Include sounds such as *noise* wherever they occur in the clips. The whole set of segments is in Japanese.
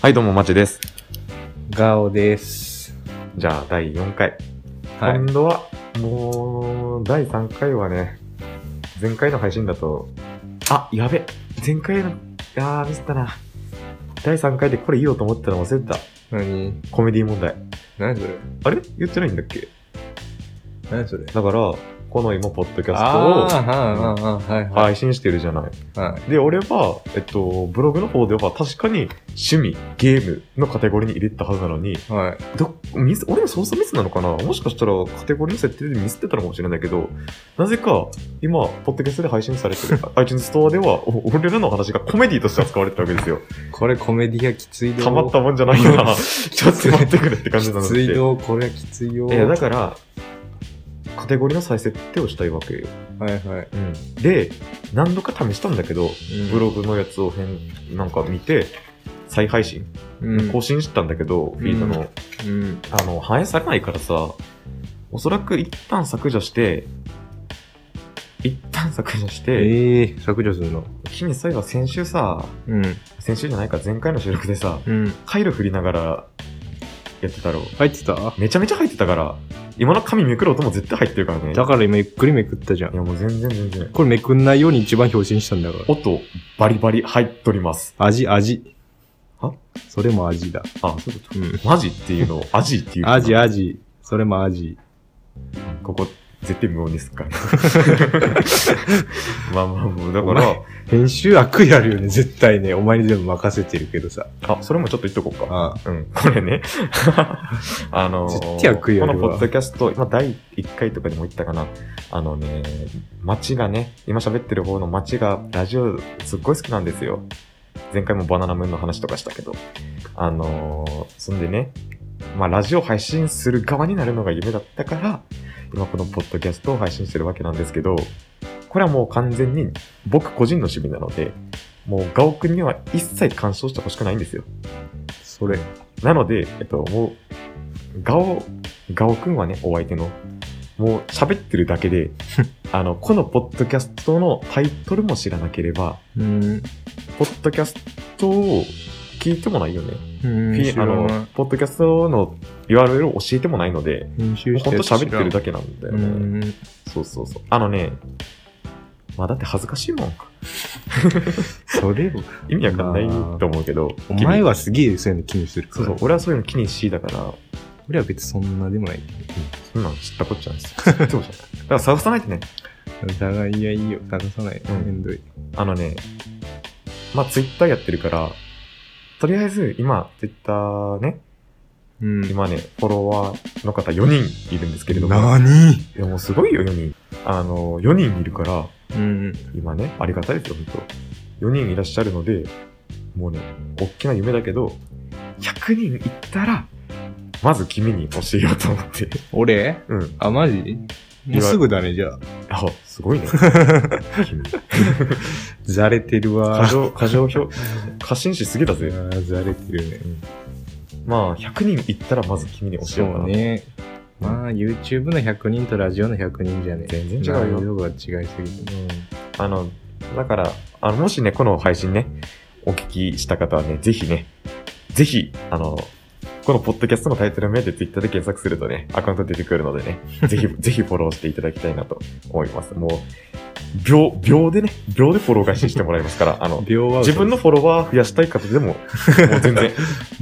はい、どうも、まちです。ガオです。じゃあ、第4回。はい。今度は、もう、第3回はね、前回の配信だと、あ、やべ、前回の、あー、ミスったな。第3回でこれ言おうと思ったの忘れてた。何コメディ問題。何それあれ言ってないんだっけ何それだから、この今、ポッドキャあスあー、はいはいトをはい配信してるじゃない。はい。で、俺は、えっと、ブログの方では確かに趣味、ゲームのカテゴリーに入れてたはずなのに、はい。はい。どミス俺の操作ミスなのかなもしかしたらカテゴリーの設定でミスってたのかもしれないけど、なぜか今、ポッドキャストで配信されてる iTunes ストアでは、お俺らの話がコメディとして扱われてたわけですよ。これコメディがきついよ。たまったもんじゃない *laughs* な。ちょっと待ってくれって感じなのきで。ついよ、これはきついよ。いやだから、カテゴリーの再設定をしたいわけよ。はいはい。で、何度か試したんだけど、ブログのやつを変、なんか見て、再配信、うん。更新したんだけど、フィードの、うん。あの、反映されないからさ、おそらく一旦削除して、一旦削除して、ええ、削除するの。君、そういえば先週さ、うん。先週じゃないか、前回の収録でさ、うん。回路振りながらやってたろ。入ってためちゃめちゃ入ってたから、今の紙めくる音も絶対入ってるからね。だから今ゆっくりめくったじいゃん。や、もう全然全然。これめくんないように一番表紙にしたんだから。音、バリバリ入っとります。味、味。はそれも味だ。あ、そういうこうん。と。マジっていうのを、アジっていう。味、。味。それも味。ここ、絶対無音です *laughs* から。まあまあ、もう、だから、編集悪意あるよね、絶対ね。お前に全部任せてるけどさ。あ、それもちょっと言っとこうか。あうん、これね。 *laughs* あの絶対悪意こあのるポわッドキャスト、今第1回とかでも言ったかな。あのね、街がね、今喋ってる方の街がラジオすっごい好きなんですよ。前回もバナナムーンの話とかしたけど。あのーそんでね、まあラジオ配信する側になるのが夢だったから、今このポッドキャストを配信してるわけなんですけど、これはもう完全に僕個人の趣味なので、もうガオ君には一切干渉してほしくないんですよ。それ。なので、えっと、もう、ガオ、ガオくんはね、お相手の、もう喋ってるだけで、あの、このポッドキャストのタイトルも知らなければ、うん。ポッドキャストを聞いてもないよね。フィ編集あの、ポッドキャストの URL を教えてもないので、編集ほんと喋ってるだけけなんだよだね。そうそうそう。あのね、まあだって恥ずかしいもん。それを、意味わかんないまあと思うけど。お前ははすげえそういうの気にするかそうら。そう、俺はそういうの気にしいだから、俺は別にそんなでもない。そんなん知ったこっちゃないです。そうじゃん。だから探さないとね、だが、いや、いいよ。探さない。うんめんどい。あのね、まあ、ツイッターやってるから、とりあえず今、ツイッターね、うん。今ね、フォロワーの方4人いるんですけれども、なにいやもうすごいよ、4人。あの、4人いるから、うん。今ね、ありがたいですよ、本当4人いらっしゃるので、もうね、大きな夢だけど、100人いったら、まず君に教えようと思って。俺うん。あ、マジもうすぐだね、じゃあ、あ。すごいね。君。ざれてるわ過。剰、過剰表、過信しすぎだぜ。あーざれてるね。まあ、100人いったらまず君に教えようかそなう。ね。まあ、YouTube の100人とラジオの100人じゃね。全然違うよ内容が違いすぎて。あの、だから、あの、もしね、この配信ね、お聞きした方はね、ぜひね、ぜひ、あの、このポッドキャストのタイトル名で Twitter で検索するとね、アカウント出てくるので *laughs* ね、ぜひ、ぜひフォローしていただきたいなと思います。もう、秒、秒でね、秒でフォロー返ししてもらいますから、あの、秒は自分のフォロワー増やしたい方でも、もう全 *laughs* 然、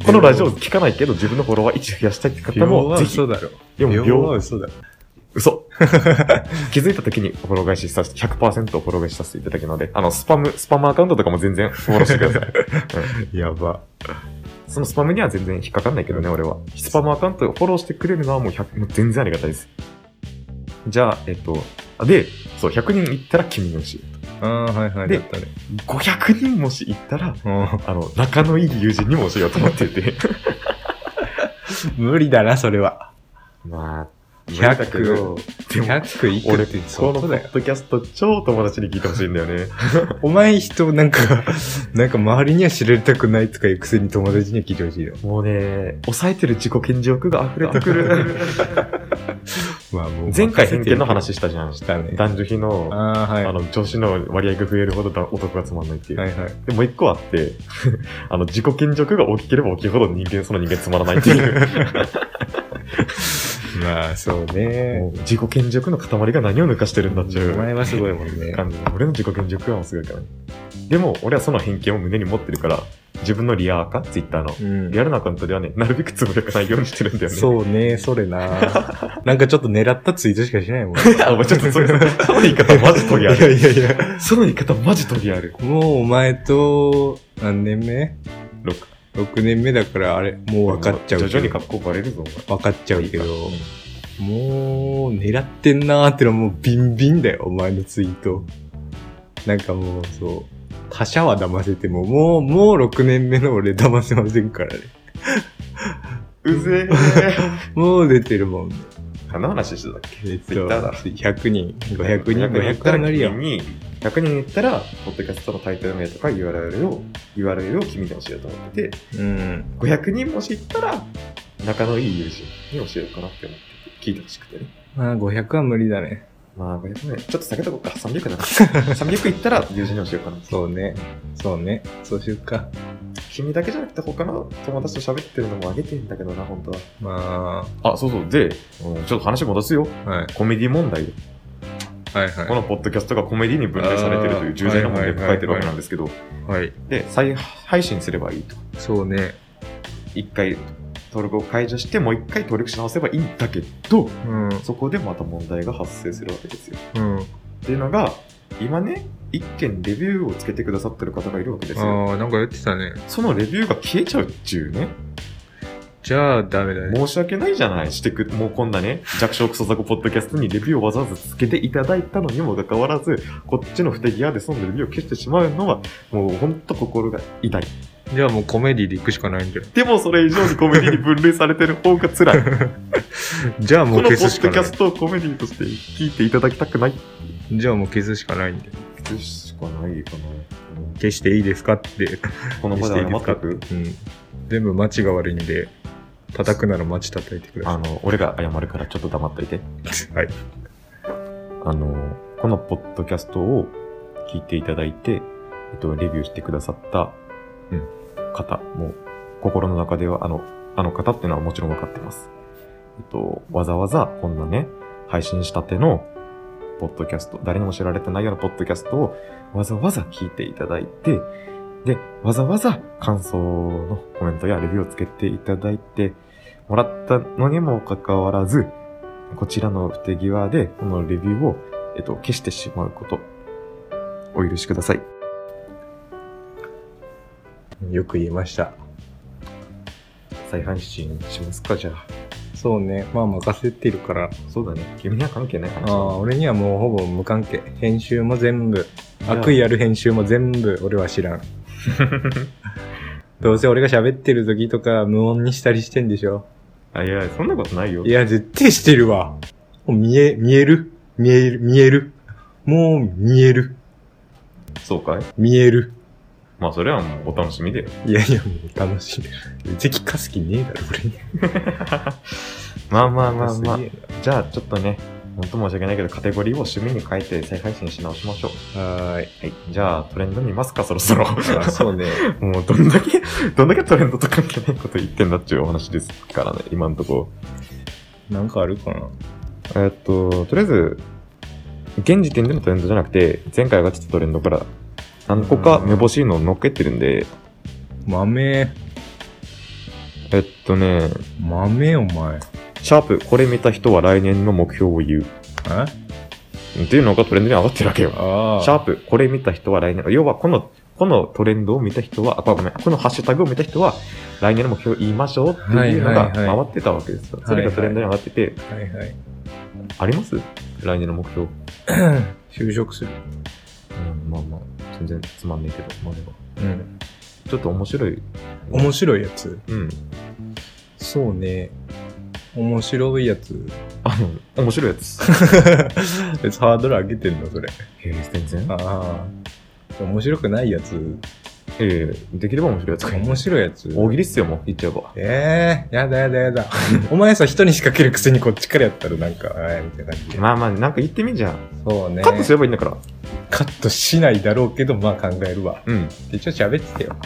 このラジオ聞かないけど、自分のフォロワー1増やしたいって方秒も、はぜひ、嘘だろ。でも秒秒は嘘だろ。嘘 *laughs* 気づいた時にフォロー返しさせて、100%フォロー返しさせていただきので、あの、スパム、スパムアカウントとかも全然フォローしてくだ *laughs* さい。やば。そのスパムには全然引っかかんないけどね、俺は。スパムアカウントをフォローしてくれるのはもう100、もう全然ありがたいです。じゃあ、えっと、あで、そう、100人いったら君にしああ、はいはい。でだったね。 500人もしいったら、うあの、仲のいい友人にも教えようと思ってい *laughs* て。ん *laughs* 無理だな、それは。まあ、 100無理だけど、でも、 100いく俺、っこて、のポッ。ドキャスト超友達に聞いてほしいんだよね。お前人、なんか、 *laughs* なんか周りには知られたくないとかいうくせに友達には聞い *laughs* てほしいよ。 *laughs* もうね、抑えてる自己顕示欲が溢れてくる。まあもう前回偏任せて見よの話したじゃん。したね。男女比の、あああ、はい。はの、女子の割合が増えるほどだ男がつまんないっていう。いはい。でもう一個あって、 *laughs* あの、自己顕示欲が大きければ大きいほど人間、その人間つまらないって *laughs* いう。 *laughs* まあ、そうもうね。自己顕示欲の塊が何を抜かしてるんだっていう。お前はすごいもんね。あの俺の自己顕示欲はもうすごいからね。でも、俺はその偏見を胸に持ってるから、自分のリアーか、ツイッターの。うんリアルなアカウントではね、なるべくつぶやかないようにしてるんだよね。う。そうね、それな。 *laughs* なんかちょっと狙ったツイートしかしないもん。 *laughs* あ、お前ちょっとそれ、 *laughs* その言い方 *laughs* マジトいリアやル。いやいや。その言い方マジトリアル。もうお前と、何年目六 ?6 年目だから、あれ、もう分かっちゃうけど。徐々に格好バレるぞ、お前。分かっちゃうけど、うんもう、狙ってんなーってのはもうビンビンだよ、お前のツイート。なんかもう、そう。他者は騙せても、もう、もう6年目の俺騙せませんからね。うぜもう出てるもんね。え。何の話してたっけえっと Twitter だ100人、500人、 500 500はなるよ。に、100人いったら、ポッドキャストのタイトル名とか URL を、URL を君に教えようと思ってて、うん。 500人もしいったら、仲のいい友人に教えようかなって思ってて、聞いてほしくてね。まあ、500は無理だね。まあ、500ね、ちょっと下げとこうか。300だな。300いったら友人に教えようかな。そうね。そうね。そうしようか。君だけじゃなくて他の友達と喋ってるのもあげてんだけどな、本当は。まあ、そうそう。で、うんちょっと話戻すよ。あ、はい。コメディ問題。はいはいこのポッドキャストがコメディに分類されてるという重大な問題を抱えてるわけなんですけど、はい。で、再配信すればいいと。そうね。一回登録を解除して、もう一回登録し直せばいいんだけど、うん。うそこでまた問題が発生するわけですよ。ん。っていうのが、今ね、一件レビューをつけてくださってる方がいるわけですよ。ああ、なんかやってたね。そのレビューが消えちゃうっちゅうね。じゃあ、ダメだね。申し訳ないじゃない。してく、もうこんなね、弱小クソザコポッドキャストにレビューをわざわざつけていただいたのにもかかわらず、こっちの不手際でそのレビューを消してしまうのは、もうほんと心が痛い。じゃあもうコメディで行くしかないんじゃないでもそれ以上にコメディに分類されてる方が辛 *laughs* い。 *laughs* じゃあこもうのポッド消すしキかなャいス。トをコメディとして聞いていただきたくない。じゃあもう消すしかないんで。消すしかないかな。消していいですかって。 *laughs* この場で謝ってくうん。全部街が悪いんで、叩くなら街叩いてくだあさの、俺が謝るからちょっと黙っといて。い。 *laughs* はい。あの、このポッドキャストを聞いていただいて、えっと、レビューしてくださった、うん、方も、心の中では、あの、あの方っていうのはもちろん分かってます。えっと、わざわざ、こんなね、配信したての、ポッドキャスト、誰にも知られてないようなポッドキャストを、わざわざ聞いていただいて、で、わざわざ感想のコメントやレビューをつけていただいて、もらったのにもかかわらず、こちらの不手際で、このレビューを、えっと、消してしまうこと、お許しください。よく言えました。再配信しますか、じゃあ。そうね。まあ任せてるから。そうだね。君には関係ない話。ああ、俺にはもうほぼ無関係。編集も全部。や悪意ある編集も全部俺は知らん。どうせ俺が喋ってる時とか無音にしたりしてんでしょ。 *laughs* あ、いや、そんなことないよい。や、絶対してるわ。もう見え、見える見える見えるもう見えるそうかい見えるまあ、それはもうお楽しみ *laughs* で。いやいや、もう楽しみ。別にかす気ねえだろ、俺に。まあまあまあまあすげ。えじゃあ、ちょっとね、本当申し訳ないけど、カテゴリーを趣味に変えて再配信し直しましょう。なはーい。はい。じゃあ、トレンド見ますか、そろそろ。 *laughs* あそうね。もう、どんだけ、どんだけトレンドと関係ないこと言ってんだっていうお話ですからね、今のところ。なんかあるかなえっと、とりあえず、現時点でのトレンドじゃなくて、前回上がってたトレンドから、何個かめぼしいのを乗っけてるんで、豆、えっとね、豆お前。シャープ、これ見た人は来年の目標を言う。えあっていうのがトレンドに上がってるわけよ。あ。シャープ、これ見た人は来年、要はこの、このトレンドを見た人は、あ、ごめん、このハッシュタグを見た人は、来年の目標を言いましょうっていうのはいがはい回はいってたわけですよ。それがトレンドに上がってて、はいはい。あります来年の目標。就職する。うん、まあまあ、全然つまんねえけど、まあでも、うん。ちょっと面白い。面白いやつうん。そうね。面白いや *laughs* つ。あの、面白いやつ。別ハードル上げてんの、それ。へえ、全然。ああ。面白くないやつええできれば面白いやつがいい面白いやつ。大喜利っすよ、もう、言っちゃえば。ええやだやだやだ。お前さ、人に仕掛けるくせにこっちからやったらなんか、えーみたいな感じで。まあまあ、なんか言ってみんじゃん。そうね。カットすればいいんだから。カットしないだろうけど、まあ考えるわ。うん。で、ちょ、喋っててよ。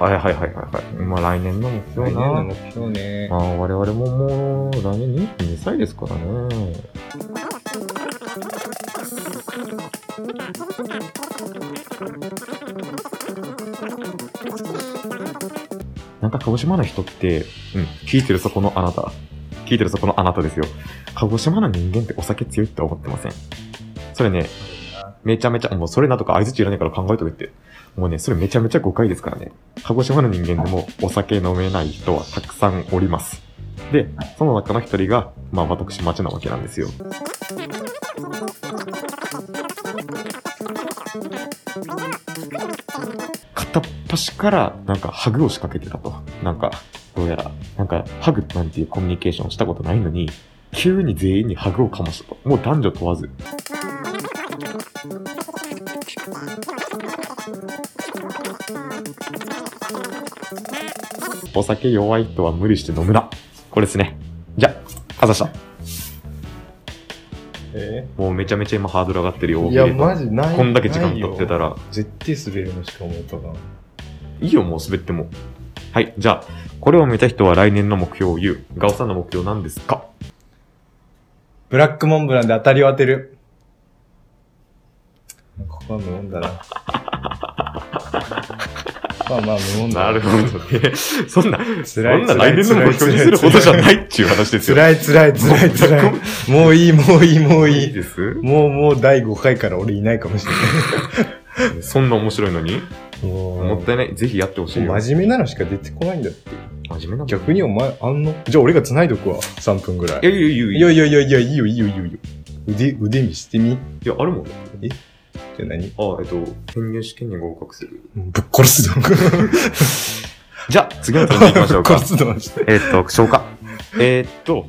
はいはいはいはいはい。まあ来年の目標来年な。の目標ねま。あ我々ももう来年22歳ですからね。なんか鹿児島の人って、うん、聞いてるそこのあなた。聞いてるそこのあなたですよ。鹿児島の人間ってお酒強いって思ってません。それね、めちゃめちゃ、もうそれなとか相づちいらないから考えとけって。もうね、それめちゃめちゃ誤解ですからね。鹿児島の人間でもお酒飲めない人はたくさんおります。で、その中の一人が、まあ私町なわけなんですよ。片っ端から、なんかハグを仕掛けてたと。なんか、どうやら、なんかハグなんていうコミュニケーションしたことないのに、急に全員にハグをかましたと。もう男女問わず。お酒弱い人は無理して飲むな。これですね。じゃあ、かざした。えもうめちゃめちゃ今ハードル上がってるよ。ーいや、大喜利マジない。こんだけ時間取ってたら。ら、絶対滑るのしか思ったが。いいよ、もう滑っても。はい、じゃあ、これを見た人は来年の目標を言う。ガオさんの目標なんですかブラックモンブランで当たりを当てる。ここは無音 *laughs* だな。まあまあ無音だ。なるほどね。 *laughs* そんな、そん辛いな来年の目標にするほどじゃないっていう話ですよ。辛い辛い辛い辛い。もういいもういいもういい。ですもうもう第5回から俺いないかもしれそんな面白いのにない。もうもったいない。ぜひやってほしいよ。真面目なのしか出てこないんだって。真面目なの逆にお前あんのじゃあ俺が繋いどくわ。3分ぐらい。いやいやいやいやいいやいやいやいや、いいよいいよいいよいいよ。腕、腕見してみ。や、あるもん。じゃあ何あ、えっと、編入試験に合格する。ぶっ *laughs* 殺すぞ。じゃあ、次のトレンド行きましょうか *laughs* *laughs* ぶっ。殺すぞ。マジでえっと、消化。えっと、